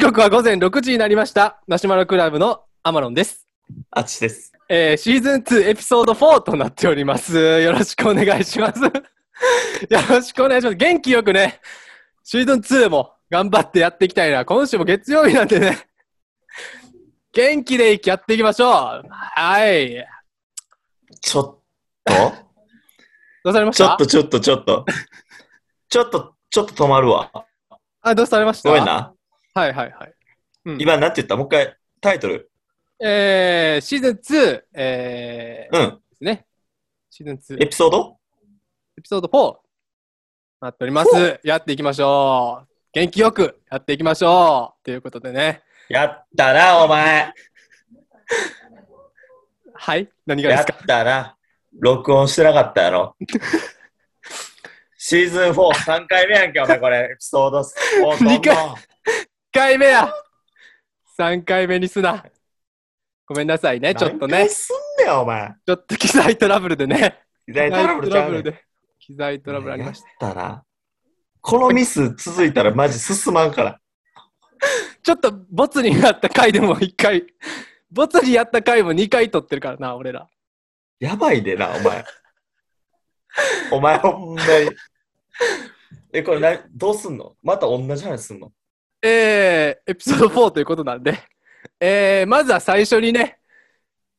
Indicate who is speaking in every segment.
Speaker 1: 刻は午前6時になりました。マシュマロクラブのアマロンです。
Speaker 2: あっちです。
Speaker 1: えー、シーズン2エピソード4となっております。よろしくお願いします。 よろしくお願いします。元気よくね、シーズン2も頑張ってやっていきたいな。今週も月曜日なんでね、元気でやっていきましょう。はい。
Speaker 2: ちょっと
Speaker 1: どうされまし
Speaker 2: ちょ
Speaker 1: た
Speaker 2: っとちょっとちょっと。ちょっと、ちょっと止まるわ。
Speaker 1: あ、どうされました
Speaker 2: ごめん。な。
Speaker 1: はいはいはい。うん
Speaker 2: 今なんて言ったもう一回、タイトル。
Speaker 1: えー、シーズン2、えー、で
Speaker 2: うん。
Speaker 1: すね。シーズン2。
Speaker 2: エピソード
Speaker 1: エピソード4、待っております。やっていきましょう。元気よくやっていきましょう。ということでね。
Speaker 2: やったな、お前。
Speaker 1: はい何がで
Speaker 2: や
Speaker 1: す
Speaker 2: っ
Speaker 1: か
Speaker 2: たな。録音してなかったやろ。シーズン4、3回目やんけ、お前、これ。エピソード 4。
Speaker 1: 二回
Speaker 2: どんどん
Speaker 1: ?1 回目や !3 回目にすな。ごめんなさいね。ちょっと
Speaker 2: 何回
Speaker 1: ね。
Speaker 2: すんねよ、お前。
Speaker 1: ちょっと機材トラブルでね。
Speaker 2: 機材トラブルちゃうねん。
Speaker 1: で。機材トラブルありました。
Speaker 2: やったな。このミス続いたらマジ進まんから。
Speaker 1: ちょっとボツになった回でも1回。ボツにやった回も2回撮ってるからな、俺ら。
Speaker 2: やばいでな、お前。お前、ほんまに。え、これな、どうすんのまた同じ話すんの
Speaker 1: えー、エピソード4ということなんで、えー、まずは最初にね、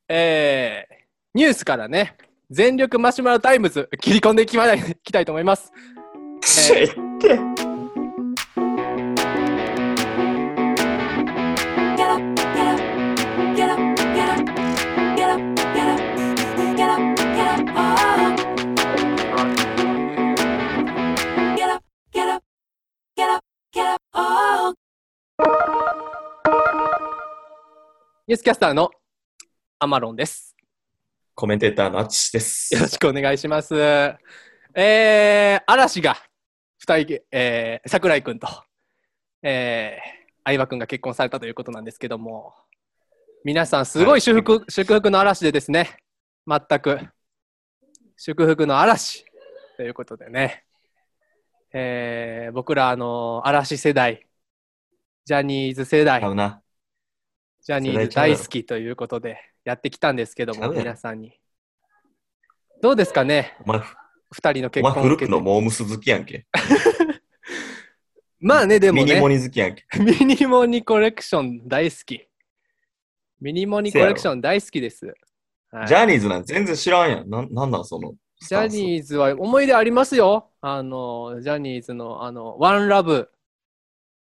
Speaker 1: えー、ニュースからね、全力マシュマロタイムズ切り込んでいきまい きたいと思います。
Speaker 2: えって。
Speaker 3: Get up, get up, get up, get up, get up, get up, get up, get up, oh. Get up, get up, get up, get up, oh.
Speaker 1: ニュースキャスターのアマロンです。
Speaker 2: コメンテーターのあっちです。
Speaker 1: よろしくお願いします。えー、嵐が二人、えー、桜井くんと、えー、相葉くんが結婚されたということなんですけども、皆さんすごい祝福、祝福の嵐でですね、全く、祝福の嵐ということでね、えー、僕らあの、嵐世代、ジャニーズ世代
Speaker 2: ちゃ、うな。
Speaker 1: ジャニーズ大好きということでやってきたんですけど
Speaker 2: ちゃ
Speaker 1: も、
Speaker 2: うやろ
Speaker 1: 皆さんに。どうですかね、
Speaker 2: お前、
Speaker 1: 二人の
Speaker 2: お
Speaker 1: 結
Speaker 2: 前
Speaker 1: 婚を
Speaker 2: 古
Speaker 1: 受け
Speaker 2: く
Speaker 1: て
Speaker 2: のモームス好きやんけ。
Speaker 1: まあね、でも
Speaker 2: ミニ
Speaker 1: ね
Speaker 2: モ、ニ好きやんけ。
Speaker 1: ミニモニコレクション大好き。ミニモニコレクション大好きです。はい
Speaker 2: ジャニーズなんて全然知らんやん。なんなんなんその。
Speaker 1: ジャ
Speaker 2: ー
Speaker 1: ニーズは思い出ありますよ。あの、ジャニーズの、あの、ワンラブ。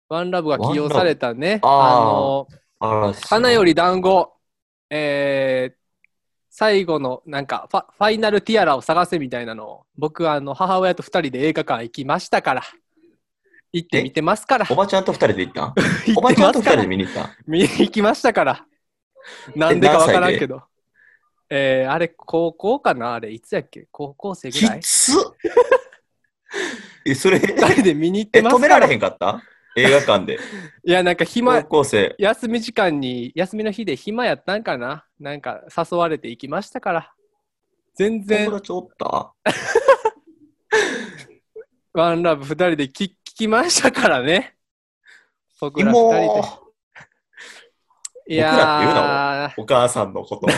Speaker 1: ワンラブが起用されたね。
Speaker 2: ワンラブ
Speaker 1: あ
Speaker 2: あー
Speaker 1: の、
Speaker 2: ズ
Speaker 1: 花よ
Speaker 2: り。
Speaker 1: り団子、えー、最後のなんかファファイナルティアラを探せみたいなのを僕はあの母親と2人で映画館行きましたから行って見てますから
Speaker 2: おばちゃんと二人で行った ん
Speaker 1: 行
Speaker 2: お
Speaker 1: っ
Speaker 2: ば
Speaker 1: て
Speaker 2: ちゃ
Speaker 1: ま
Speaker 2: んと
Speaker 1: すか
Speaker 2: 二人
Speaker 1: ら
Speaker 2: で見に行ったん
Speaker 1: 見に行きましたからなんでかわからんけどえー、あれ高校かなあれいつやっけ高校生ぐ
Speaker 2: き
Speaker 1: らい
Speaker 2: っつえ、それ、
Speaker 1: 2人で見に行っ
Speaker 2: え、
Speaker 1: てま
Speaker 2: 止
Speaker 1: す
Speaker 2: め
Speaker 1: からら
Speaker 2: れへんか った映画館で。
Speaker 1: いやなんか
Speaker 2: 高
Speaker 1: 暇
Speaker 2: 校生。
Speaker 1: 休み時間に休みの日で暇やったんかななんか誘われて行きましたから全然
Speaker 2: 友達おった
Speaker 1: ワンラブ二人で聞聞きましたからね。僕ら二人で。
Speaker 2: 妹
Speaker 1: い
Speaker 2: 僕らって言うな
Speaker 1: やー
Speaker 2: お母さんの こと。お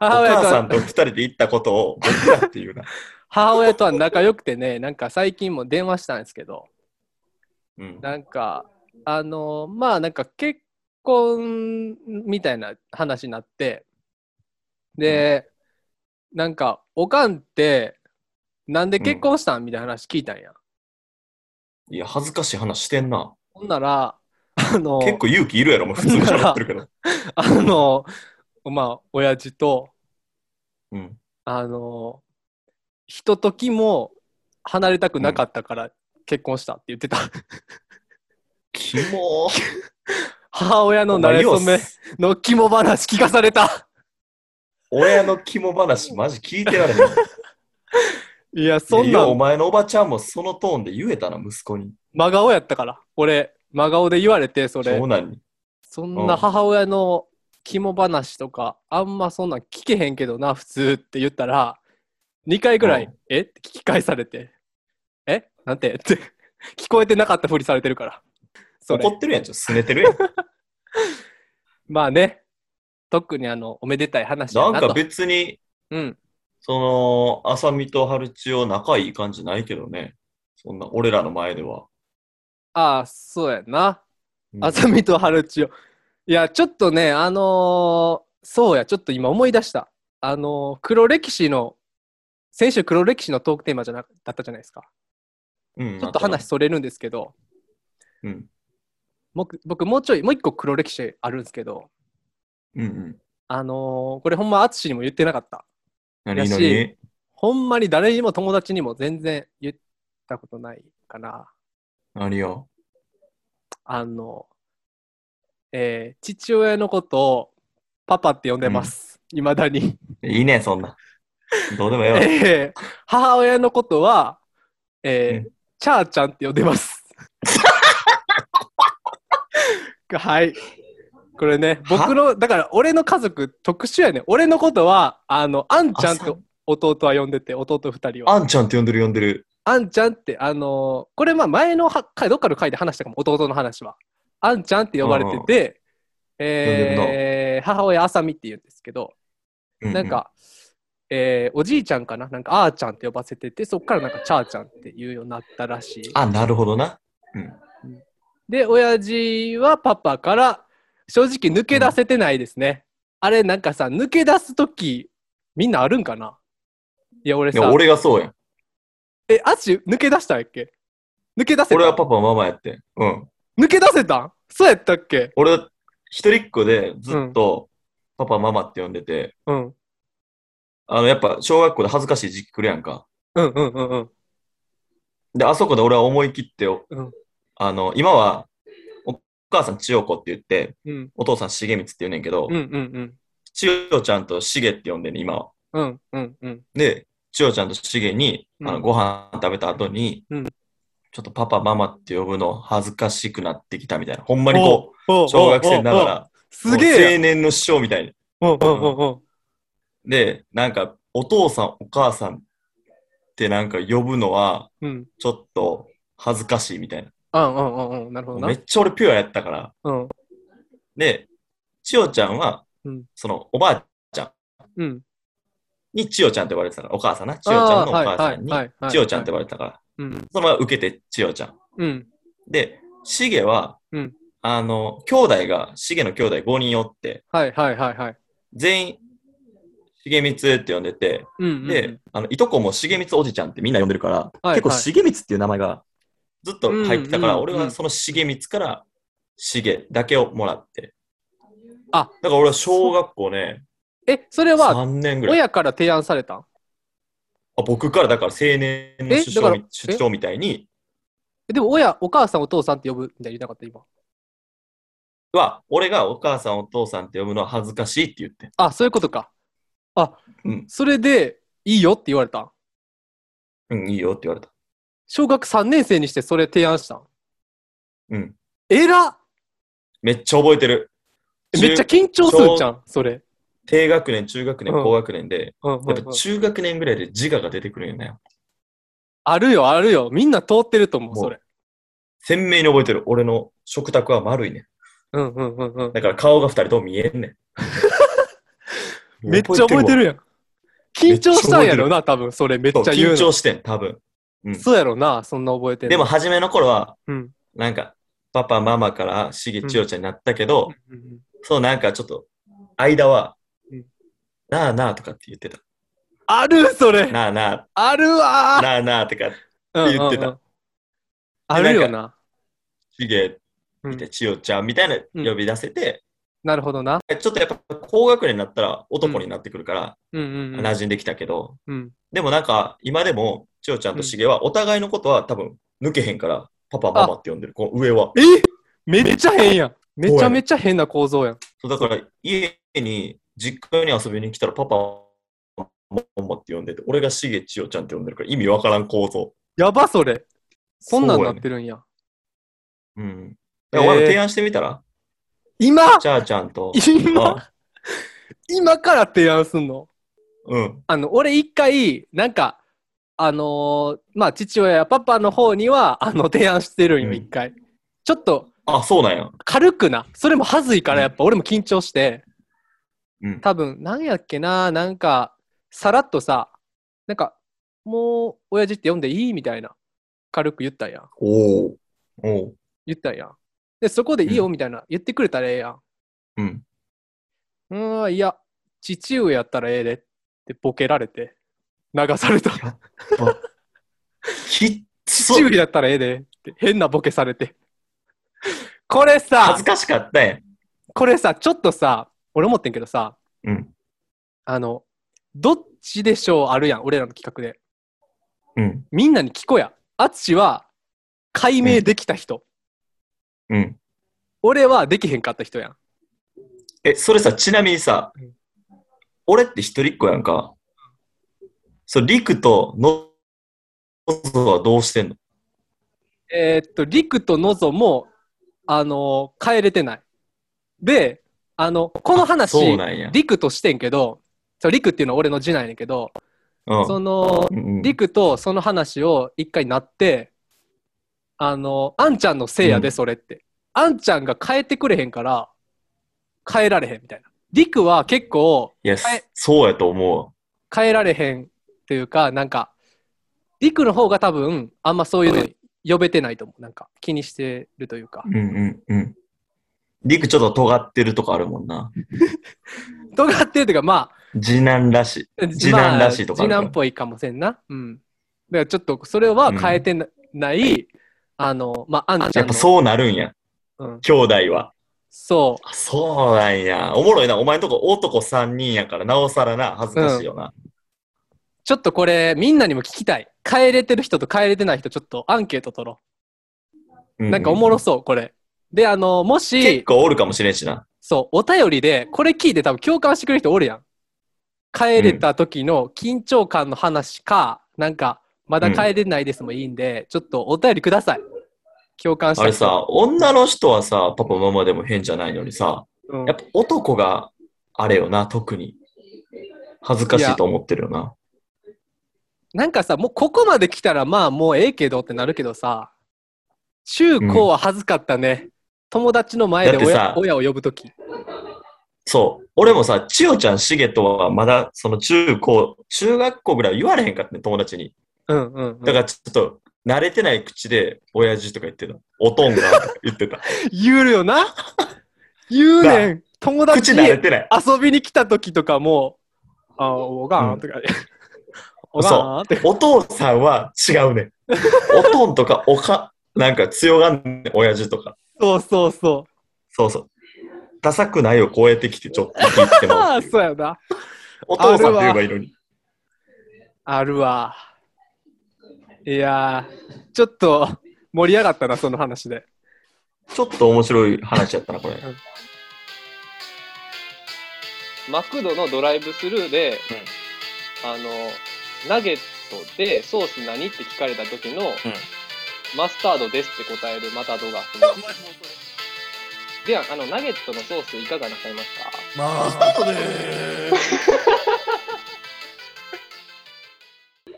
Speaker 1: 母親
Speaker 2: 母
Speaker 1: と
Speaker 2: さ
Speaker 1: は
Speaker 2: んと二人で行ったことを僕らっていうな。
Speaker 1: 母親とは仲良くてね、なんか最近も電話したんですけど、
Speaker 2: う ん、
Speaker 1: なんか、あのーまあなんか結婚みたいな話になって、で、なんか、おかんって、なんで結婚したんみたいな話聞いたんや。
Speaker 2: いや、恥ずかしい話してんな。
Speaker 1: ほんなら、あのー
Speaker 2: 結構勇気いるやろ、もう普通に喋ってる けど。
Speaker 1: あのーまあ、親父と、
Speaker 2: うん、
Speaker 1: あのひとときも離れたくなかったから結婚したって言ってた、
Speaker 2: キモー。
Speaker 1: 母親の馴れ初めの肝話聞かされた
Speaker 2: 親のキモ話、マジ聞いてられへん。
Speaker 1: いや そん
Speaker 2: いや
Speaker 1: な
Speaker 2: お
Speaker 1: ん
Speaker 2: 前のおばちゃんもそのトーンで言えたな、息子に。
Speaker 1: 真顔やったから俺真顔で言われてそれ
Speaker 2: 長男に。
Speaker 1: そんな母親の肝話とかあんまそんなん聞けへんけどな普通って言ったら2回ぐらい「
Speaker 2: う
Speaker 1: えっ?」て聞 き返されて「えなんて?」って聞こえてなかったふりされてるからそれ
Speaker 2: 怒ってるやん、ちょっと拗ねてる やん。
Speaker 1: まあね特にあのおめでたい話だ
Speaker 2: な
Speaker 1: なん
Speaker 2: か
Speaker 1: と
Speaker 2: 別に、
Speaker 1: うん
Speaker 2: その、浅見と春千代仲いい感じないけどね。そんな、俺らの前では。
Speaker 1: ああそうやな
Speaker 2: うん
Speaker 1: あさみと春千代いやちょっとねあのーそうやちょっと今思い出したあのー黒歴史の先週黒歴史のトークテーマじゃなだったじゃないですか
Speaker 2: うん、
Speaker 1: ちょっと
Speaker 2: なんか
Speaker 1: 話それるんですけど
Speaker 2: うん。
Speaker 1: 僕僕もうちょいもう一個黒歴史あるんですけど
Speaker 2: うんうん。
Speaker 1: あのーこれほんま淳にも言ってなかった
Speaker 2: 何
Speaker 1: や
Speaker 2: 々
Speaker 1: しほんまに誰にも友達にも全然言ったことないかな
Speaker 2: 何よ。
Speaker 1: あの、えー父親のことをパパって呼んでます。いまだに。
Speaker 2: いいね、そんな。どうでもよ。
Speaker 1: えー母親のことは、えーチャーちゃんって呼んでます。 はい。これね、僕の、だから俺の家族特殊やね。俺のことは、あの、あんちゃん
Speaker 2: あさ
Speaker 1: と弟は呼んでて、弟二人は。
Speaker 2: あんちゃんって呼んでる呼んでる。
Speaker 1: あんちゃんって、あのーこれまあ前のは回、どっかの回で話したかも、弟の話は。あんちゃんって呼ばれてて、えー母親あさみって言うんですけど、
Speaker 2: うう
Speaker 1: なん、か、えーおじいちゃんかな、なんかあーちゃんって呼ばせてて、そっからなんかちゃーちゃんって言うようになったらしい。
Speaker 2: あ、なるほどな。
Speaker 1: で、親父はパパから、正直抜け出せてないですね。あれ、なんかさ、抜け出すとき、みんなあるんかないや、俺
Speaker 2: いや
Speaker 1: さ、
Speaker 2: 俺がそうやん。
Speaker 1: え、あっち抜け出したんやっけ抜け出せた
Speaker 2: 俺はパパママやってん。うん。
Speaker 1: 抜け出せたんそうやったっけ
Speaker 2: 俺、一人っ子でずっと、パパママって呼んでて、
Speaker 1: うん。
Speaker 2: あの、やっぱ、小学校で恥ずかしい時期来るやんか。
Speaker 1: うんうんうんうん。
Speaker 2: で、あそこで俺は思い切って、
Speaker 1: うん
Speaker 2: あの、今は、お母さん千代子って言って、
Speaker 1: うん
Speaker 2: お父さん重光って言うねんけど、
Speaker 1: うんうん
Speaker 2: 千代ちゃんと重って呼んでんねん、今は。
Speaker 1: うんうんうん
Speaker 2: で、千代ちゃんと重に、あ
Speaker 1: う
Speaker 2: の
Speaker 1: ん
Speaker 2: ご飯食べた後に、
Speaker 1: うん
Speaker 2: ちょっとパパ、ママって呼ぶの恥ずかしくなってきたみたいな。ほんまにこ
Speaker 1: うん
Speaker 2: う、小学生な
Speaker 1: おう
Speaker 2: が
Speaker 1: おうおう
Speaker 2: ら、
Speaker 1: すげえや
Speaker 2: 青年の師匠みたいに。
Speaker 1: おうおうおう
Speaker 2: で、なんか、お父さん、お母さんってなんか呼ぶのは、
Speaker 1: うん
Speaker 2: ちょっと恥ずかしいみたいな。
Speaker 1: うんうんうんうんなるほどな
Speaker 2: めっちゃ俺ピュアやったから。
Speaker 1: うん
Speaker 2: で、千代ちゃんは、
Speaker 1: うん
Speaker 2: そのおばあ
Speaker 1: うん
Speaker 2: に千代ちゃんって呼ばれてたから、お母さんな。千代ちゃんのお母さんに
Speaker 1: あーはいはいはいはい
Speaker 2: 千代ちゃんって呼ばれてたから、
Speaker 1: うん
Speaker 2: そのまま受けて千代ちゃん。
Speaker 1: うん
Speaker 2: で、しげは、
Speaker 1: うん
Speaker 2: あの、兄弟が、しげの兄弟5人おって、
Speaker 1: はいはいはいはい
Speaker 2: 全員、しげみつって呼んでて、
Speaker 1: うんうんうん
Speaker 2: で、あのいとこもしげみつおじちゃんってみんな呼んでるから、
Speaker 1: いはい
Speaker 2: 結構しげみつっていう名前がずっと入ってたから、
Speaker 1: うんうんうん
Speaker 2: 俺はそのしげみつからしげだけをもらって。
Speaker 1: あ
Speaker 2: だから俺は小学校ね、
Speaker 1: えそれは
Speaker 2: 3年ぐらい。
Speaker 1: 親から提案されたん
Speaker 2: あ僕からだから青年の
Speaker 1: え
Speaker 2: 主
Speaker 1: だか
Speaker 2: 張
Speaker 1: ら
Speaker 2: み主張みたいに
Speaker 1: えでも親お母さんお父さんって呼ぶみたいに言ってなかった今
Speaker 2: は、俺がお母さんお父さんって呼ぶのは恥ずかしいって言って。
Speaker 1: あそういうことかあ
Speaker 2: うん
Speaker 1: それでいいよって言われたん
Speaker 2: うん、いいよって言われた。
Speaker 1: 小学3年生にしてそれ提案したん
Speaker 2: うん。
Speaker 1: えらっ
Speaker 2: めっちゃ覚えてる。
Speaker 1: めっちゃ
Speaker 2: 中
Speaker 1: 緊張するじゃんそれ
Speaker 2: 低学年、中学年、
Speaker 1: うん
Speaker 2: 高学年で、
Speaker 1: うんうんう
Speaker 2: や
Speaker 1: ん
Speaker 2: っぱ中学年ぐらいで自我が出てくるよね。
Speaker 1: あるよあるよみんな通ってると思う
Speaker 2: もう
Speaker 1: それ
Speaker 2: 鮮明に覚えてる。俺の食卓は丸いね。
Speaker 1: うんうんうんうん
Speaker 2: だから顔が二人とも見えんねん。
Speaker 1: めっちゃ覚えて
Speaker 2: わ。
Speaker 1: るやん。緊張したんやろな、多分それめっち
Speaker 2: そう
Speaker 1: ゃ言う
Speaker 2: 緊
Speaker 1: の。
Speaker 2: 張してん、多分。うん
Speaker 1: そうやろな、そんな覚えてんの
Speaker 2: でも、初めの頃は、
Speaker 1: うん。
Speaker 2: なんか、パパ、ママから、しげ、ちよちゃんになったけど、そう、なんかちょっと、間は
Speaker 1: うん、
Speaker 2: なあなあとかって言ってた。
Speaker 1: あるそれ
Speaker 2: なあなあ、
Speaker 1: あるわ
Speaker 2: なあなあとか、
Speaker 1: ー
Speaker 2: って言っ
Speaker 1: うんう
Speaker 2: てた
Speaker 1: んうんあるよな。
Speaker 2: しげ、
Speaker 1: うん
Speaker 2: ちよちゃんみたいな呼び出せて、
Speaker 1: なるほどな。
Speaker 2: ちょっとやっぱ高学年になったら男になってくるから、
Speaker 1: うんうんうん
Speaker 2: 馴染んできたけど、
Speaker 1: うん。
Speaker 2: でもなんか、今でも、千代ちゃんとしげは、お互いのことは多分、抜けへんから、パパ、ママって呼んでる。この上は。
Speaker 1: えめっちゃ変やん。めちゃめちゃ変な構造やん。
Speaker 2: そうだから、家に、実家に遊びに来たら、パパ、ママって呼んでて、俺がしげ、千代ちゃんって呼んでるから、意味わからん構造。
Speaker 1: やばそれ。そんなんなっ
Speaker 2: る。
Speaker 1: てるんや。
Speaker 2: うん。だから、お前も提案してみたら、
Speaker 1: 今
Speaker 2: ちゃーちゃんと、
Speaker 1: 今
Speaker 2: あ
Speaker 1: 今から提案すんの
Speaker 2: うん、
Speaker 1: あの、俺一回、なんか、あのーまあ、父親やパパの方には、あの、提案してるんよ、
Speaker 2: うん
Speaker 1: 一回。ちょっと、
Speaker 2: あ、そうなんや。
Speaker 1: 軽くな。それもはずいからやっぱ俺も緊張して、
Speaker 2: うん。
Speaker 1: 多分、なんやっけな、なんか、さらっとさ、なんか、もう、親父って呼んでいいみたいな、軽く言ったんやん。
Speaker 2: おお。おう
Speaker 1: 言ったんやん。で、そこでいいよみたいな、言ってくれたらええやん。
Speaker 2: うん。
Speaker 1: うーん、いや、父上やったらええでってボケられて、流され た。
Speaker 2: きっそ
Speaker 1: 父上やったらええでって変なボケされて。これ
Speaker 2: 恥
Speaker 1: さ
Speaker 2: ず、かしかったやん。
Speaker 1: これさ、ちょっとさ、俺思ってんけどさ、
Speaker 2: うん。
Speaker 1: あの、どっちでしょうあるやん、俺らの企画で。
Speaker 2: うん。
Speaker 1: みんなに聞こうや。あつしは、解明できた人。
Speaker 2: うん。
Speaker 1: 俺はできへんかった人やん。
Speaker 2: え、それさ、ちなみにさ
Speaker 1: うん、
Speaker 2: 俺って一人っ子やんか。そう、リクとノゾはどうしてんの
Speaker 1: えーっと、りくとのぞも、あの帰れてない。で、あの、この話、
Speaker 2: そうなんや。
Speaker 1: 陸としてんけど、そう陸っていうのは俺の次男やねんけど、
Speaker 2: うん
Speaker 1: その
Speaker 2: うんうん
Speaker 1: 陸とその話を一回なって、あの、あんちゃんのせいや
Speaker 2: う
Speaker 1: で、
Speaker 2: ん
Speaker 1: それって。あんちゃんが変えてくれへんから、変えられへんみたいな。陸は結構
Speaker 2: いや、
Speaker 1: はい
Speaker 2: そうやと思うわ。
Speaker 1: 変えられへんっていうか、なんか、陸の方が多分、あんまそういうのに呼べてないと思う。なんか、気にしてるというか。
Speaker 2: うんうんうん。リクちょっと尖ってるとこあるもんな。
Speaker 1: とかっていうというか、まあ、
Speaker 2: 次男らしい。次男らしいとかある
Speaker 1: ま
Speaker 2: か
Speaker 1: あ次男
Speaker 2: ら
Speaker 1: っぽいかもしれんな。うん。だからちょっとそれは変えてなない、あの、まあ、あんちゃ
Speaker 2: やっ
Speaker 1: んの。
Speaker 2: ぱそうなるんや、
Speaker 1: うん。
Speaker 2: 兄弟は。
Speaker 1: そ
Speaker 2: あそうなんや。おもろいな。お前んとこ男3人やから、なおさらな、恥ずかしいよな。
Speaker 1: う。ちょっとこれ、みんなにも聞きたい。変えれてる人と変えれてない人、ちょっとアンケート取ろ
Speaker 2: う
Speaker 1: う。
Speaker 2: う
Speaker 1: なんかおもろそう、これ。で、あの、も
Speaker 2: 結
Speaker 1: し、
Speaker 2: 構おるかもしれんしな。
Speaker 1: そう、お便りで、これ聞いて多分共感してくれる人おるやん。帰れた時の緊張感の話か、なんか、まだ帰れないですもいいんで、ちょっとお便りください。共感した
Speaker 2: あ
Speaker 1: 人
Speaker 2: れ、さ、女の人はさ、パパママでも変じゃないのにさ、
Speaker 1: うん
Speaker 2: やっぱ男があれよな、特に。恥ずかしいと思ってるよな。
Speaker 1: なんかさ、もうここまで来たらまあもうええけどってなるけどさ、中高は恥ずかったね。友達の前で
Speaker 2: だって
Speaker 1: 親
Speaker 2: さ
Speaker 1: 親を呼ぶとき。
Speaker 2: そう。俺もさ、千代ちゃん、しげとはまだ、その中高、中学校ぐらいは言われへんかったね、友達に。
Speaker 1: うんうん、うん
Speaker 2: だからちょっと、慣れてない口で、親父とか言ってた。おとんが、とか言っ てた。
Speaker 1: 言うよな言うねん。友達
Speaker 2: 口慣
Speaker 1: に
Speaker 2: れてない。
Speaker 1: 遊びに来たときとかも、あ、おがんとか、 おがんって。
Speaker 2: お父さんは違うね。おとんとか、おか、なんか強がんねん、親父とか。
Speaker 1: そうそうそう。
Speaker 2: そうそう。ダサくないを超えてきて、ちょっと聞いて も。
Speaker 1: ああ、そうやな。
Speaker 2: お父さんって言えばいいのに。
Speaker 1: あるわ。いやー、ちょっと盛り上がったな、その話で。
Speaker 2: ちょっと面白い話やったな、これ。
Speaker 1: マクドのドライブスルーで、あのナゲットでソース何って聞かれた時の、マスタードですって答えるマタドがあってではあのナゲットのソースいかがなさいますか
Speaker 4: マスタートでーす。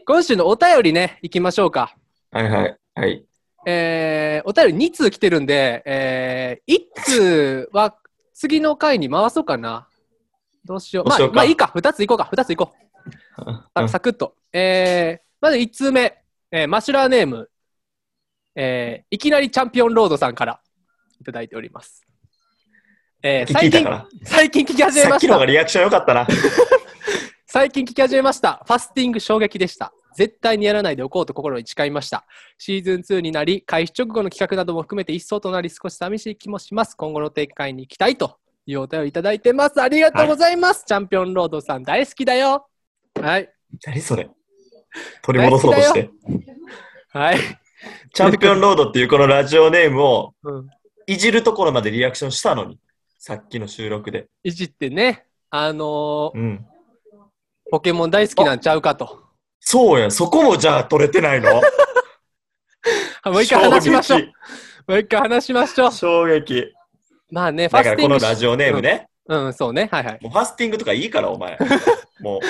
Speaker 1: 今週のお便りねいきましょうか
Speaker 2: はいはい。はい。
Speaker 1: えー、お便り2通来てるんで、えー、1通は次の回に回そうかなどうしよう
Speaker 2: どうし
Speaker 1: まあ、
Speaker 2: ようか
Speaker 1: まあいいか2ついこうか2ついこう
Speaker 2: う
Speaker 1: さ
Speaker 2: ん
Speaker 1: サクッと。えー、まず1通目、えーマシュラーネーム、えーいきなりチャンピオンロードさんからいただいております。えー
Speaker 2: 聞
Speaker 1: 最
Speaker 2: いた
Speaker 1: 近
Speaker 2: か、ら。
Speaker 1: 最近聞き始め
Speaker 2: さ
Speaker 1: ま
Speaker 2: っき
Speaker 1: し
Speaker 2: のが
Speaker 1: た。
Speaker 2: リアクション良かったな。
Speaker 1: 最近聞き始めました。ファスティング衝撃でした。絶対にやらないでおこうと心に誓いました。シーズン2になり、開始直後の企画なども含めて一層となり、少し寂しい気もします。今後の展開に期待というお便りいただいてます。ありがとうございます。チャンピオンロードさん大好きだよ。はい。
Speaker 2: 何それ。取り戻そうとして。
Speaker 1: はい。
Speaker 2: チャンピオンロードっていうこのラジオネームを
Speaker 1: うん
Speaker 2: いじるところまでリアクションしたのに。さっきの収録で。
Speaker 1: いじってね、あのー
Speaker 2: うん。
Speaker 1: ポケモン大好きなんちゃうかと。
Speaker 2: そうや、そこもじゃあ取れてないの
Speaker 1: もう一回話しましょう。もう一回話しましょう。
Speaker 2: 衝撃。
Speaker 1: まあね、ファ
Speaker 2: だ
Speaker 1: ス
Speaker 2: から
Speaker 1: ティ
Speaker 2: こ
Speaker 1: ング
Speaker 2: の
Speaker 1: し。
Speaker 2: ラジオネームね、
Speaker 1: うん、そうね。はいはい。
Speaker 2: もうファスティングとかいいから、お前。 も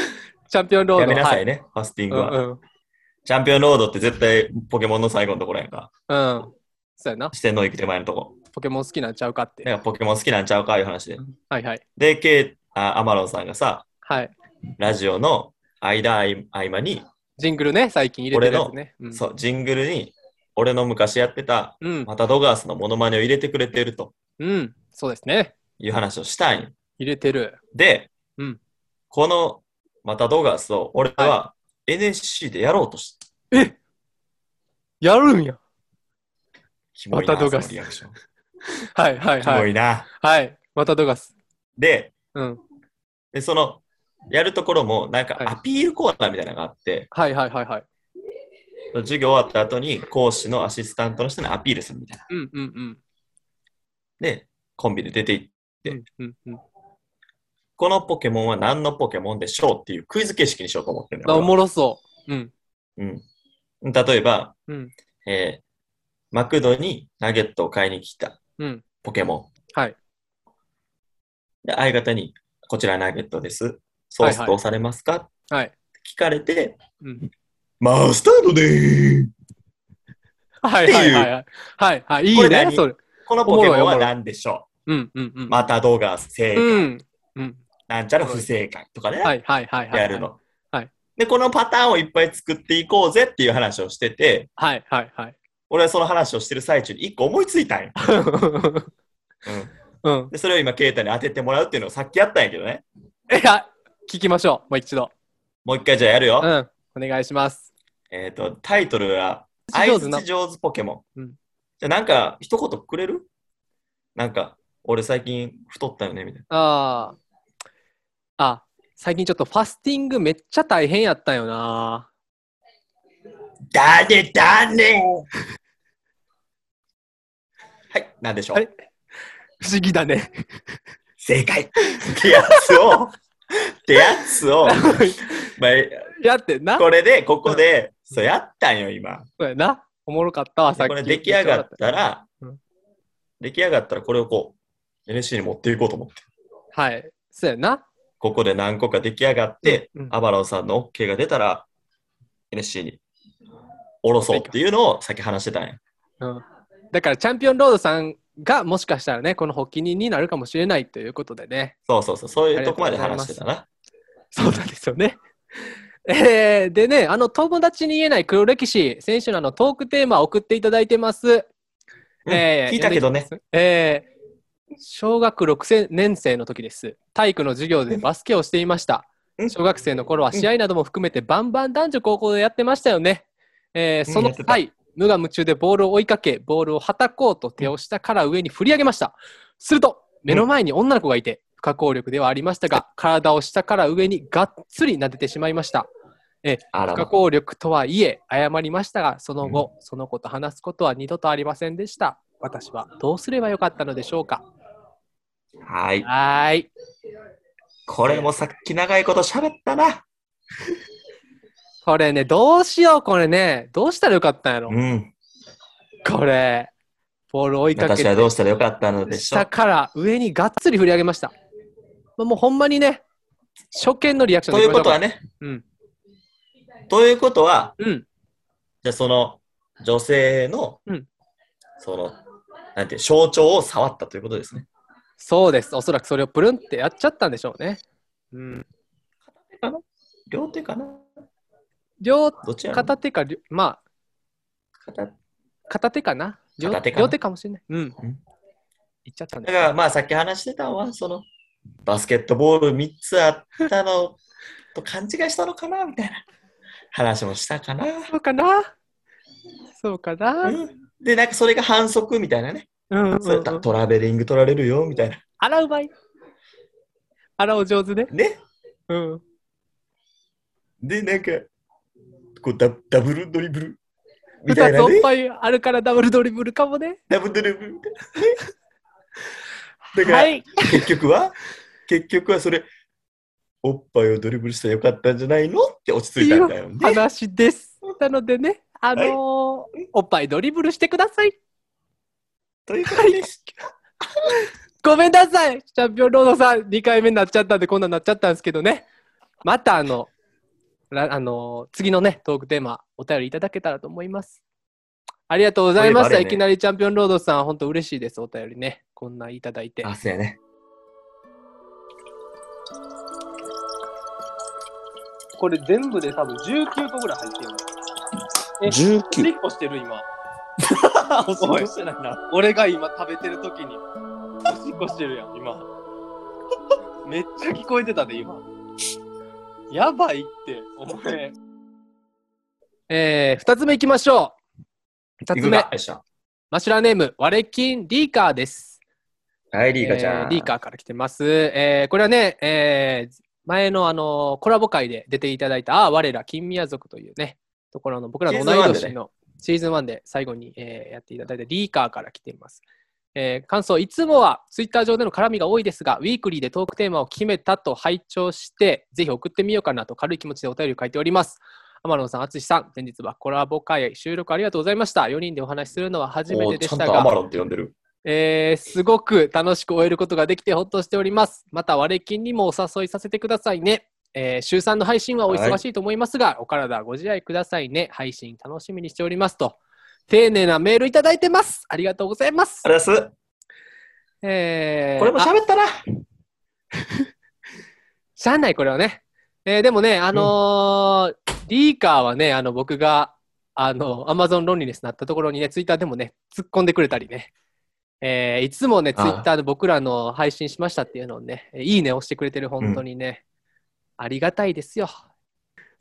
Speaker 1: チャンピオンロード。
Speaker 2: うやめなさい
Speaker 1: ね。
Speaker 2: ね、ファスティング
Speaker 1: うん
Speaker 2: は、
Speaker 1: うん。
Speaker 2: チャンピオンロードって絶対ポケモンの最後のところやんか。
Speaker 1: うん。そうやな。
Speaker 2: 四天王行く手前のとこ。
Speaker 1: ポケモン好きなんちゃうかって。
Speaker 2: なんかポケモン好きなんちゃうかいう話で。
Speaker 1: はいはい。
Speaker 2: で、ケイあアマロンさんがさ、
Speaker 1: はい。
Speaker 2: ラジオの間合い合間に、
Speaker 1: ジングルね、最近入れてるやつね。うん、
Speaker 2: そう、ジングルに、俺の昔やってた
Speaker 1: うん。
Speaker 2: またドガースのモノマネを入れてくれてると
Speaker 1: うん。そうですね。
Speaker 2: いう話をしたいん
Speaker 1: 入れてる。
Speaker 2: で、
Speaker 1: うん
Speaker 2: このまたドガースを俺は NSC でやろうとし
Speaker 1: えやるんや。
Speaker 2: キモいな
Speaker 1: またドガース
Speaker 2: そのリアクション
Speaker 1: はいはい
Speaker 2: キモ
Speaker 1: はい。
Speaker 2: いな。
Speaker 1: はい。またドガス。
Speaker 2: で
Speaker 1: うん。
Speaker 2: で、その、やるところも、なんか
Speaker 1: はい
Speaker 2: アピールコーナーみたいなのがあって、
Speaker 1: はいはいはいはい。
Speaker 2: 授業終わった後に講師のアシスタントの人にアピールするみたいな。
Speaker 1: うんうんうん。
Speaker 2: で、コンビで出ていって、で
Speaker 1: うんうんうん、
Speaker 2: このポケモンは何のポケモンでしょうっていうクイズ形式にしようと思ってる
Speaker 1: あお
Speaker 2: のよ。
Speaker 1: もろそう。うん。
Speaker 2: うん、例えば、
Speaker 1: うん。
Speaker 2: えーマクドにナゲットを買いに来た
Speaker 1: うん。
Speaker 2: ポケモン。
Speaker 1: はい。
Speaker 2: で、相方に、こちらナゲットです。ソースどうされますか、
Speaker 1: はい。
Speaker 2: って聞かれて、
Speaker 1: うん、
Speaker 2: マスタードでーす
Speaker 1: はいはいはいはい。はいはい。い
Speaker 2: こ
Speaker 1: い
Speaker 2: れ
Speaker 1: ね
Speaker 2: 何、
Speaker 1: それ。
Speaker 2: このポケモ
Speaker 1: おもろ
Speaker 2: ン
Speaker 1: い
Speaker 2: は
Speaker 1: おもろい
Speaker 2: 何でしょ
Speaker 1: うんうんう。
Speaker 2: うんまた動画
Speaker 1: う
Speaker 2: 正解、
Speaker 1: ん。うん。
Speaker 2: なんちゃら不正解とかね、
Speaker 1: はいはいはいはい。
Speaker 2: やる。の。
Speaker 1: はい
Speaker 2: で、このパターンをいっぱい作っていこうぜっていう話をしてて、
Speaker 1: はいはいはい。
Speaker 2: 俺はその話をしてる最中に一個思いついたんよ。
Speaker 1: うん。
Speaker 2: で、それを今、ケイタに当ててもらうっていうのをさっきやったんやけどね。
Speaker 1: いや、聞きましょう。もう一度。
Speaker 2: もう一回じゃあやるよ。
Speaker 1: うん。お願いします。
Speaker 2: えっ、と、タイトルは、
Speaker 1: 相
Speaker 2: 相
Speaker 1: 手上手
Speaker 2: づ
Speaker 1: な
Speaker 2: ち上手ポケモン。
Speaker 1: うん
Speaker 2: じゃあなんか、一言くれるなんか、俺最近太ったよね、みたいな。
Speaker 1: ああ。あ、最近ちょっとファスティングめっちゃ大変やったよな。
Speaker 2: 誰誰はい、なんでしょ
Speaker 1: あれ
Speaker 2: う
Speaker 1: 不思議だ ね。
Speaker 2: 正解ってやつを、ってやつを、まあ、
Speaker 1: やってんな。
Speaker 2: これで、ここで、そうやったんよ、今。
Speaker 1: そうやな。おもろかったわ、さっき。
Speaker 2: でこれ出来上がったら
Speaker 1: うん、
Speaker 2: 出来上がったらこれをこう、NSC に持っていこうと思って。
Speaker 1: はい。そうやな。
Speaker 2: ここで何個か出来上がって、
Speaker 1: うんうん
Speaker 2: アバロンさんの OK が出たら、NSC に下ろそうっていうのをさっき話してたんや。
Speaker 1: うん。だから、チャンピオンロードさんが、もしかしたらね、この発起人になるかもしれないということでね。
Speaker 2: そうそうそう、そういうとこまで話してたな。
Speaker 1: そうなんですよね。 えーでね、あの友達に言えない黒歴史、選手のあのトークテーマ送っていただいてます。
Speaker 2: うん聞いたけどね。
Speaker 1: えー小学6年生の時です。体育の授業でバスケをしていました
Speaker 2: う。ん
Speaker 1: 小学生の頃は試合なども含めてバンバン男女高校でやってましたよね。えーその
Speaker 2: うんやってた
Speaker 1: 際、無我夢中でボールを追いかけ、ボールをはたこうと手を下から上に振り上げました。すると、目の前に女の子がいて、不可抗力ではありましたが、体を下から上にがっつり撫でてしまいました。
Speaker 2: あら
Speaker 1: 不可
Speaker 2: ま、
Speaker 1: 抗力とはいえ謝りましたがその後、その子と話すことは二度とありませんでした私はどうすればよかったのでしょうか
Speaker 2: はい。
Speaker 1: はーい
Speaker 2: これもさっき長いこと喋ったな。
Speaker 1: これねどうしようこれねどうしたらよかったんやろ、
Speaker 2: うん。
Speaker 1: これボール追いかけ
Speaker 2: 私は
Speaker 1: て
Speaker 2: どうしたらよかったのでしょ
Speaker 1: 下
Speaker 2: う。
Speaker 1: から上にがっつり振り上げましたまあもうほんまにね初見のリアクション
Speaker 2: と
Speaker 1: で
Speaker 2: い
Speaker 1: いうき
Speaker 2: こ
Speaker 1: ましょう
Speaker 2: とは
Speaker 1: か
Speaker 2: ね、
Speaker 1: うん
Speaker 2: ということは、
Speaker 1: うん
Speaker 2: じゃあその女性の、
Speaker 1: うん
Speaker 2: その、なんていう象徴を触ったということですね。
Speaker 1: そうですおそらくそれをプルンってやっちゃったんでしょうねうん
Speaker 2: 両手かな
Speaker 1: 両
Speaker 2: どっちやろ
Speaker 1: 片手か両まあ
Speaker 2: 片手
Speaker 1: 片手かな両
Speaker 2: 片手かな
Speaker 1: 両手かもしれないうん
Speaker 2: うん
Speaker 1: いっちゃったん
Speaker 2: だ
Speaker 1: で
Speaker 2: からまあさっき話してたのは、そのバスケットボール3つあったのと勘違いしたのかなみたいな話もしたかな。
Speaker 1: そうかなそうかな
Speaker 2: うんで、なんかそれが反則みたいなね。
Speaker 1: うん
Speaker 2: そういったらトラベリング取られるよみたいな。
Speaker 1: 洗う場合。洗う上手ね。
Speaker 2: ね。
Speaker 1: うん。
Speaker 2: で、なんか、こうダダブルドリブルみた
Speaker 1: 二
Speaker 2: い
Speaker 1: つ
Speaker 2: な
Speaker 1: お
Speaker 2: ね
Speaker 1: っ。ぱいあるからダブルドリブルかもね。
Speaker 2: ダブルドリ ブルみたいな。だから、
Speaker 1: はい。
Speaker 2: 結局は、結局はそれ、おっぱいをドリブルしたらよかったんじゃないのって落ち着いたんだよね。
Speaker 1: 話です。なのでね、あのーおっぱいドリブルしてください。
Speaker 2: ということで、
Speaker 1: ごめんなさい。チャンピオンロードさん、2回目になっちゃったんで、こんなんなっちゃったんですけどね。またあの、らあのー次のね、トークテーマ、お便りいただけたらと思います。ありがとうございまし
Speaker 2: こ
Speaker 1: た。
Speaker 2: れバレ
Speaker 1: い
Speaker 2: ね
Speaker 1: きなりチャンピオンロードさん、本当嬉しいです。お便りね。こんなんいただいて。
Speaker 2: あ、そうやね。
Speaker 1: これ全部で多分19個ぐらい入ってる。え
Speaker 5: 19。
Speaker 1: 1個してる今。
Speaker 5: お
Speaker 1: しっこして
Speaker 5: ないな。
Speaker 1: 俺が今食べてる時に。おしっこしてるやん、今。めっちゃ聞こえてたで、今。やばいって、お前。えー、2つ目いきましょう。2
Speaker 2: い
Speaker 1: つ
Speaker 2: く
Speaker 1: 目
Speaker 2: か。よ。っしゃ
Speaker 1: マシュラーネーム、ワレキン・リーカーです。
Speaker 2: はい、リーカちゃん。
Speaker 1: えーリーカーから来てます。えーこれはね、えー前の、あのーコラボ会で出ていただいた、ああ、我ら金宮族というね、ところの僕らの同い
Speaker 2: シーズ
Speaker 1: 年
Speaker 2: ンワンで
Speaker 1: のシーズン1で最後に、えーやっていただいたリーカーから来ています。えー感想、いつもはツイッター上での絡みが多いですが、ウィークリーでトークテーマを決めたと拝聴して、ぜひ送ってみようかなと軽い気持ちでお便りを書いております。天野さん、淳さん、前日はコラボ会収録ありがとうございました。4人でお話しするのは初め
Speaker 2: お
Speaker 1: て
Speaker 2: ー
Speaker 1: で
Speaker 2: ち
Speaker 1: し
Speaker 2: ゃん
Speaker 1: た
Speaker 2: と
Speaker 1: が
Speaker 2: アマ、ロンって呼んでる。
Speaker 1: えーすごく楽しく終えることができてほっとしております。また、割れ金にもお誘いさせてくださいね。えー週3の配信はお忙しいと思いますが、お体ご自愛くださいね。配信楽しみにしておりますと。丁寧なメールいただいてます。ありがとうございます
Speaker 2: あ。りがとうございます。
Speaker 1: えー
Speaker 2: これも
Speaker 1: あ
Speaker 2: 喋ったな。
Speaker 1: しゃあない、これはね。えーでもね、あのーリーカーはね、あの、僕が、あの、アマゾンロンリネスになったところにね、ツイッターでもね、突っ込んでくれたりね。えーいつもね、ツイ
Speaker 2: ああ
Speaker 1: ッターで僕らの配信しましたっていうのをね、えーいいね押してくれてる、本当にね、ありがたいですよ。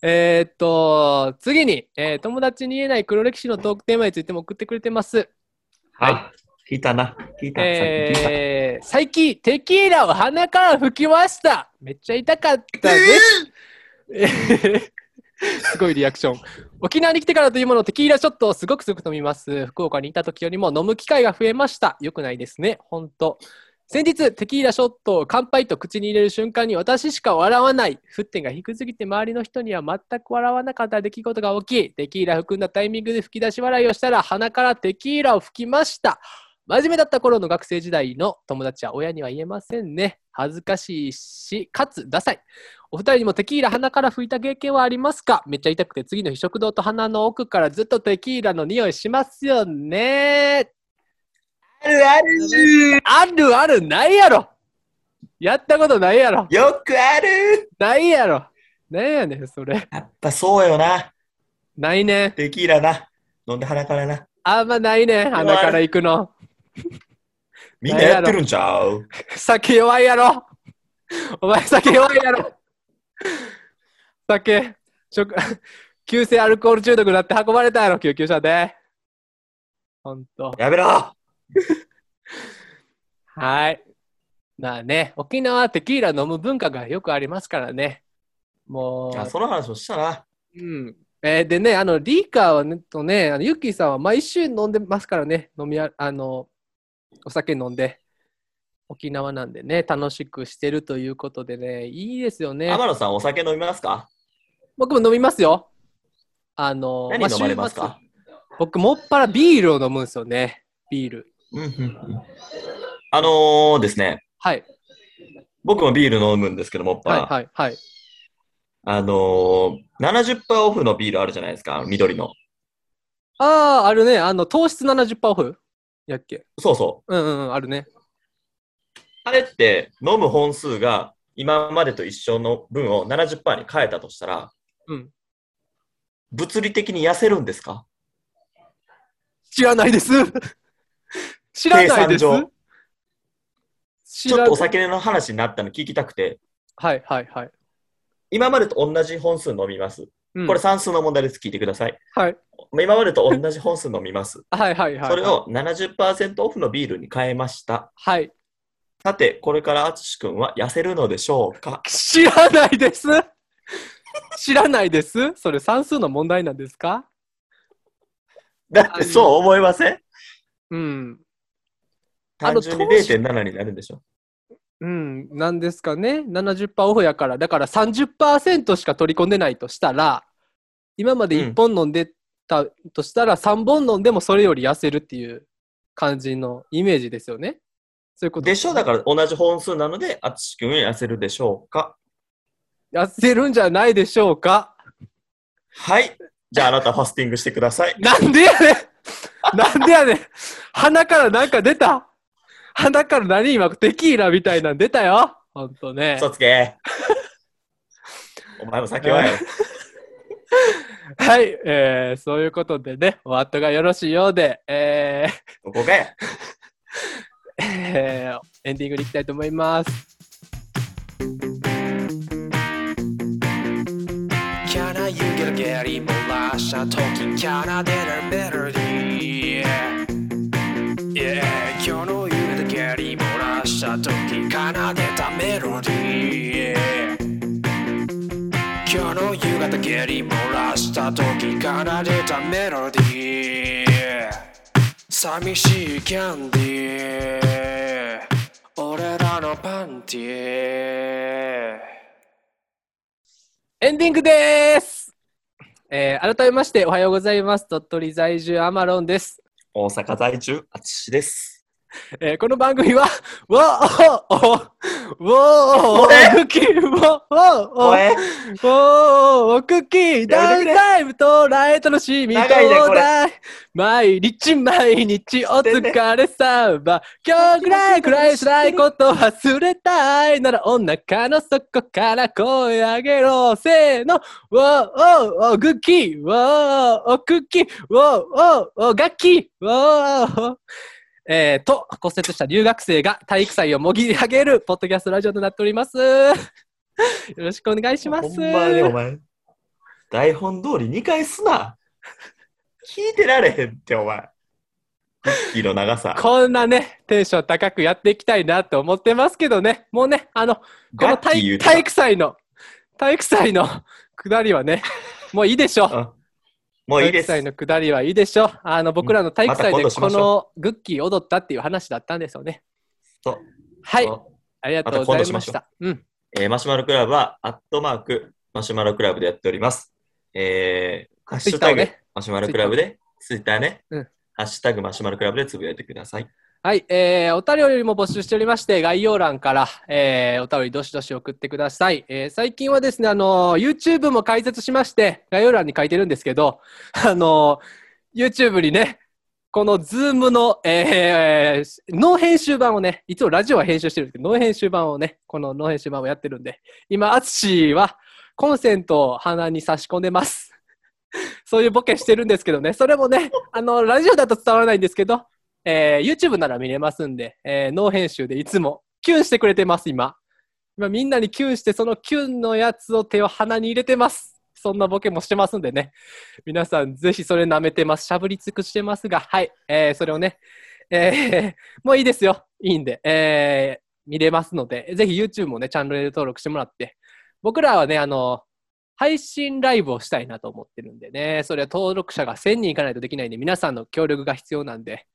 Speaker 1: えーっと、次に、えー友達に言えない黒歴史のトークテーマについても送ってくれてます。
Speaker 2: あ、聞いたな。聞いた。さっき聞いた。
Speaker 1: えー最近テキーラを鼻から吹きましためっちゃ痛かったです、 すごいリアクション沖縄に来てからというものテキーラショットをすごくすごく飲みます福岡にいた時よりも飲む機会が増えましたよくないですねほんと先日テキーラショットを乾杯と口に入れる瞬間に私しか笑わない沸点が低すぎて周りの人には全く笑わなかった出来事が起きテキーラ含んだタイミングで吹き出し笑いをしたら鼻からテキーラを吹きました真面目だった頃の学生時代の友達は親には言えませんね。恥ずかしいし、かつダサい。お二人にもテキーラ鼻から拭いた経験はありますかめっちゃ痛くて次の日食堂と鼻の奥からずっとテキーラの匂いしますよね。
Speaker 2: あるある
Speaker 1: あるあるないやろやったことないやろ
Speaker 2: よくある
Speaker 1: ないやろなんやねんそれ。
Speaker 2: やっぱそうよな。
Speaker 1: ないねん。
Speaker 2: テキーラな。飲んで鼻からな。
Speaker 1: あんまないねん。鼻から行くの。
Speaker 2: みんなやってるんちゃう
Speaker 1: 酒弱いやろお前酒弱いやろ酒食急性アルコール中毒になって運ばれたやろ救急車でほんと
Speaker 2: やめろ
Speaker 1: はいまあね沖縄はテキーラ飲む文化がよくありますからねも
Speaker 2: あ
Speaker 1: う
Speaker 2: その話をしたな。
Speaker 1: うんえーでね、あのリーカーはねとね、あのユッキーさんは毎週飲んでますからね、飲みああのお酒飲んで、沖縄なんでね、楽しくしてるということでね、いいですよね。
Speaker 2: 天野さん、お酒飲みますか
Speaker 1: 僕も飲みますよ。あの
Speaker 2: 何飲まれます
Speaker 1: あ
Speaker 2: か
Speaker 1: 週末僕、もっぱらビールを飲むんですよね、ビール。
Speaker 2: うんうんうん。あのーですね、
Speaker 1: はい、
Speaker 2: 僕もビール飲むんですけども、もっぱ
Speaker 1: はい、
Speaker 2: ら
Speaker 1: はい、はい。
Speaker 2: あのー、70%オフのビールあるじゃないですか、緑の。
Speaker 1: ああ、あるね、あの糖質70%オフやっけ。
Speaker 2: そうそう。
Speaker 1: うんうんうん、あるね。
Speaker 2: あれって飲む本数が今までと一緒の分を70%に変えたとしたら、
Speaker 1: うん
Speaker 2: 物理的に痩せるんですか
Speaker 1: 知らないです。 知らないです
Speaker 2: 計算上。
Speaker 1: 知
Speaker 2: ちょ
Speaker 1: ら
Speaker 2: っとお酒の話になったの聞きたくて、
Speaker 1: はいはいはい。
Speaker 2: 今までと同じ本数飲みます。
Speaker 1: うん
Speaker 2: これ算数の問題です。聞いてください。
Speaker 1: はい
Speaker 2: 今までと同じ本数飲みます。
Speaker 1: はいはいはい。
Speaker 2: それ。を70%オフのビールに変えました。
Speaker 1: はい。
Speaker 2: さて、これから淳君は痩せるのでしょうか
Speaker 1: 知らないです。知らないです。それ算数の問題なんですか
Speaker 2: だってそう思いません
Speaker 1: うん。あ
Speaker 2: 単
Speaker 1: の
Speaker 2: 純に
Speaker 1: 当時
Speaker 2: 0.7になるんでしょ
Speaker 1: うん。なんですかね。70%オフやから。だから30%しか取り込んでないとしたら、今まで1本飲んでたとしたら、3本飲んでもそれより痩せるっていう感じのイメージですよね。そういうこと
Speaker 2: でしょうだ
Speaker 1: ら
Speaker 2: から同じ本数なので、あつし君痩せるでしょうか
Speaker 1: 痩せるんじゃないでしょうか
Speaker 2: はい。じゃああなたファスティングしてください。
Speaker 1: なんでやねんなん でやねん。鼻からなんか出た。鼻から何今、テキーラみたいなん出たよ。ほんとね。
Speaker 2: 嘘つけ。お前も酒はよ。
Speaker 1: はい、えー、そういうことでね、お後がよろしいようで、え
Speaker 2: ここかや。
Speaker 1: ーえー エンディングに行きたいと思います。
Speaker 4: Can I you get a Gary Molasha talking Can I get a melody? Yeah, 今日の夕方ギャリー・モラッシャ時奏でたメロディー Yeah 今日の夕方ギャリー・モラッシャ時奏でたメロディー Yeah 寂しいキャンディー俺らのパンティー
Speaker 1: エンディングでーす、えー、改めましておはようございます。鳥取在住アマロンです。
Speaker 2: 大阪在住、あつしです。
Speaker 1: えー、この番組は、わおおおおお
Speaker 2: え
Speaker 1: クッキーわおお
Speaker 2: おえ、
Speaker 1: おー、クッキー、
Speaker 2: や
Speaker 1: ダウン
Speaker 2: めてくれ
Speaker 1: タイムとライトのしみと
Speaker 2: 長いねこれ
Speaker 1: だい。毎日毎日お疲れ様。今日ぐらいくらいしないこと忘れたいならお腹の底から声上げろ。せーの、おーおーおー、クッキー、おーおー、クッキー、おーおーおー、楽器、おーおー。えー、と骨折した留学生が体育祭をもぎ上げるポッドキャストラジオとなっております。 よろしくお願いします。
Speaker 2: ほんまにお前。台本通り2回すな。聞いてられへんって、お前。クッキーの長さ。
Speaker 1: こんなね、テンション高くやっていきたいなと思ってますけどね、もうね、あの、この
Speaker 2: ガッキー
Speaker 1: 体
Speaker 2: 言うてた
Speaker 1: 体育祭の、体育祭の下りはね、もういいでしょう。
Speaker 2: うんもういいで
Speaker 1: 体
Speaker 2: す。
Speaker 1: 育祭の下りはいいでしょう。あの、僕らの体育祭
Speaker 2: また今
Speaker 1: で
Speaker 2: 度しま
Speaker 1: こ
Speaker 2: しょ
Speaker 1: のグッキー踊ったっていう話だったんですよね。
Speaker 2: そう
Speaker 1: はい、
Speaker 2: そう
Speaker 1: ありがとうございまし
Speaker 2: ま
Speaker 1: た。うん。
Speaker 2: えーマシュマロクラブは、アットマーク、マシュマロクラブでやっております。えー、ハッシュタグ、
Speaker 1: Twitter をね
Speaker 2: マシュマロクラブで、ツイッターね、
Speaker 1: うん
Speaker 2: ハッシュタグマシュマロクラブでつぶやいてください。
Speaker 1: はい、えー、お便りよりも募集しておりまして、概要欄から、えー、お便りどしどし送ってください。えー、最近はですね、あのー YouTube も開設しまして、概要欄に書いてるんですけど、 あのー YouTube にね、この Zoom の、えー、脳編集版をね、いつもラジオは編集してるんですけど、脳編集版をね、この脳編集版をやってるんで、今、淳はコンセントを鼻に差し込んでます。 そういうボケしてるんですけどね、それもね、あの、ラジオだと伝わらないんですけど、えー YouTube なら見れますんで、えー、ノー編集でいつもキュンしてくれてます、今。今みんなにキュンして、そのキュンのやつを手を鼻に入れてます。そんなボケもしてますんでね。皆さん、ぜひそれ舐めてます。しゃぶり尽くしてますが、はい。えーそれをね、えーもういいですよ。いいんで、えー見れますので、ぜひ YouTube もね、チャンネル登録してもらって、僕らはね、あの、配信ライブをしたいなと思ってるんでね、それは登録者が1000人いかないとできないんで、皆さんの協力が必要なんで、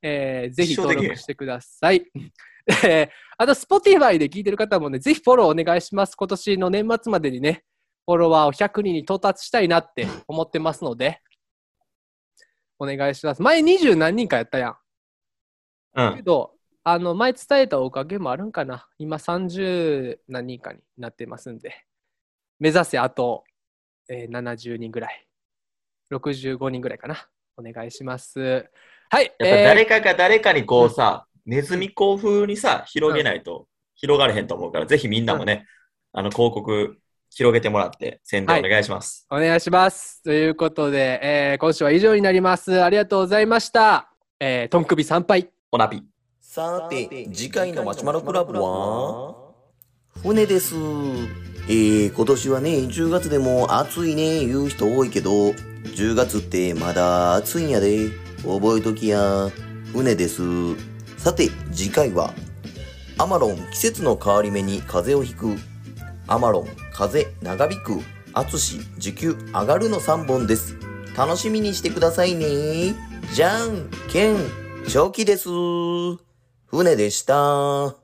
Speaker 1: えーぜひ
Speaker 2: 一生できへん
Speaker 1: 登録してください。えーあと、Spotify で聞いてる方もね、ぜひフォローお願いします。今年の年末までにね、フォロワーを100人に到達したいなって思ってますので、お願いします。前20何人かやったやん。
Speaker 2: う
Speaker 1: け
Speaker 2: ん。
Speaker 1: ど、あの前伝えたおかげもあるんかな。今30何人かになってますんで、目指せあと、えー70人ぐらい、65人ぐらいかな。お願いします。はい、
Speaker 2: やっぱ
Speaker 1: え
Speaker 2: 誰かが誰かにこうさ、ネズミ講風にさ、広げないと広がれへんと思うから、ぜひみんなもね、あの、広告広げてもらって、宣伝お願いします。
Speaker 1: ーお願いします。ということで、えー今週は以上になります。ありがとうございました。えー、とんくび参拝。
Speaker 2: おなぴ。
Speaker 5: さ
Speaker 6: さ
Speaker 5: て
Speaker 6: て、
Speaker 5: 次
Speaker 6: 次
Speaker 5: 回
Speaker 6: 回
Speaker 5: の
Speaker 6: の
Speaker 5: マ
Speaker 6: マ
Speaker 5: シ
Speaker 6: シ
Speaker 5: ュ
Speaker 6: ュ
Speaker 5: マ
Speaker 6: マ
Speaker 5: ロ
Speaker 6: ロ
Speaker 5: ク
Speaker 6: ク
Speaker 5: ラ
Speaker 6: ラ
Speaker 5: ブ
Speaker 6: ブ
Speaker 5: は
Speaker 6: は、
Speaker 5: 船です。えー、今年はね、10月でも暑いね、言う人多いけど、10月ってまだ暑いんやで。覚えときや。船です。さて、次回は、アマロン季節の変わり目に風邪をひく。アマロン風長引く。暑し時給上がるの3本です。楽しみにしてくださいね。じゃんけん、長期です。船でした。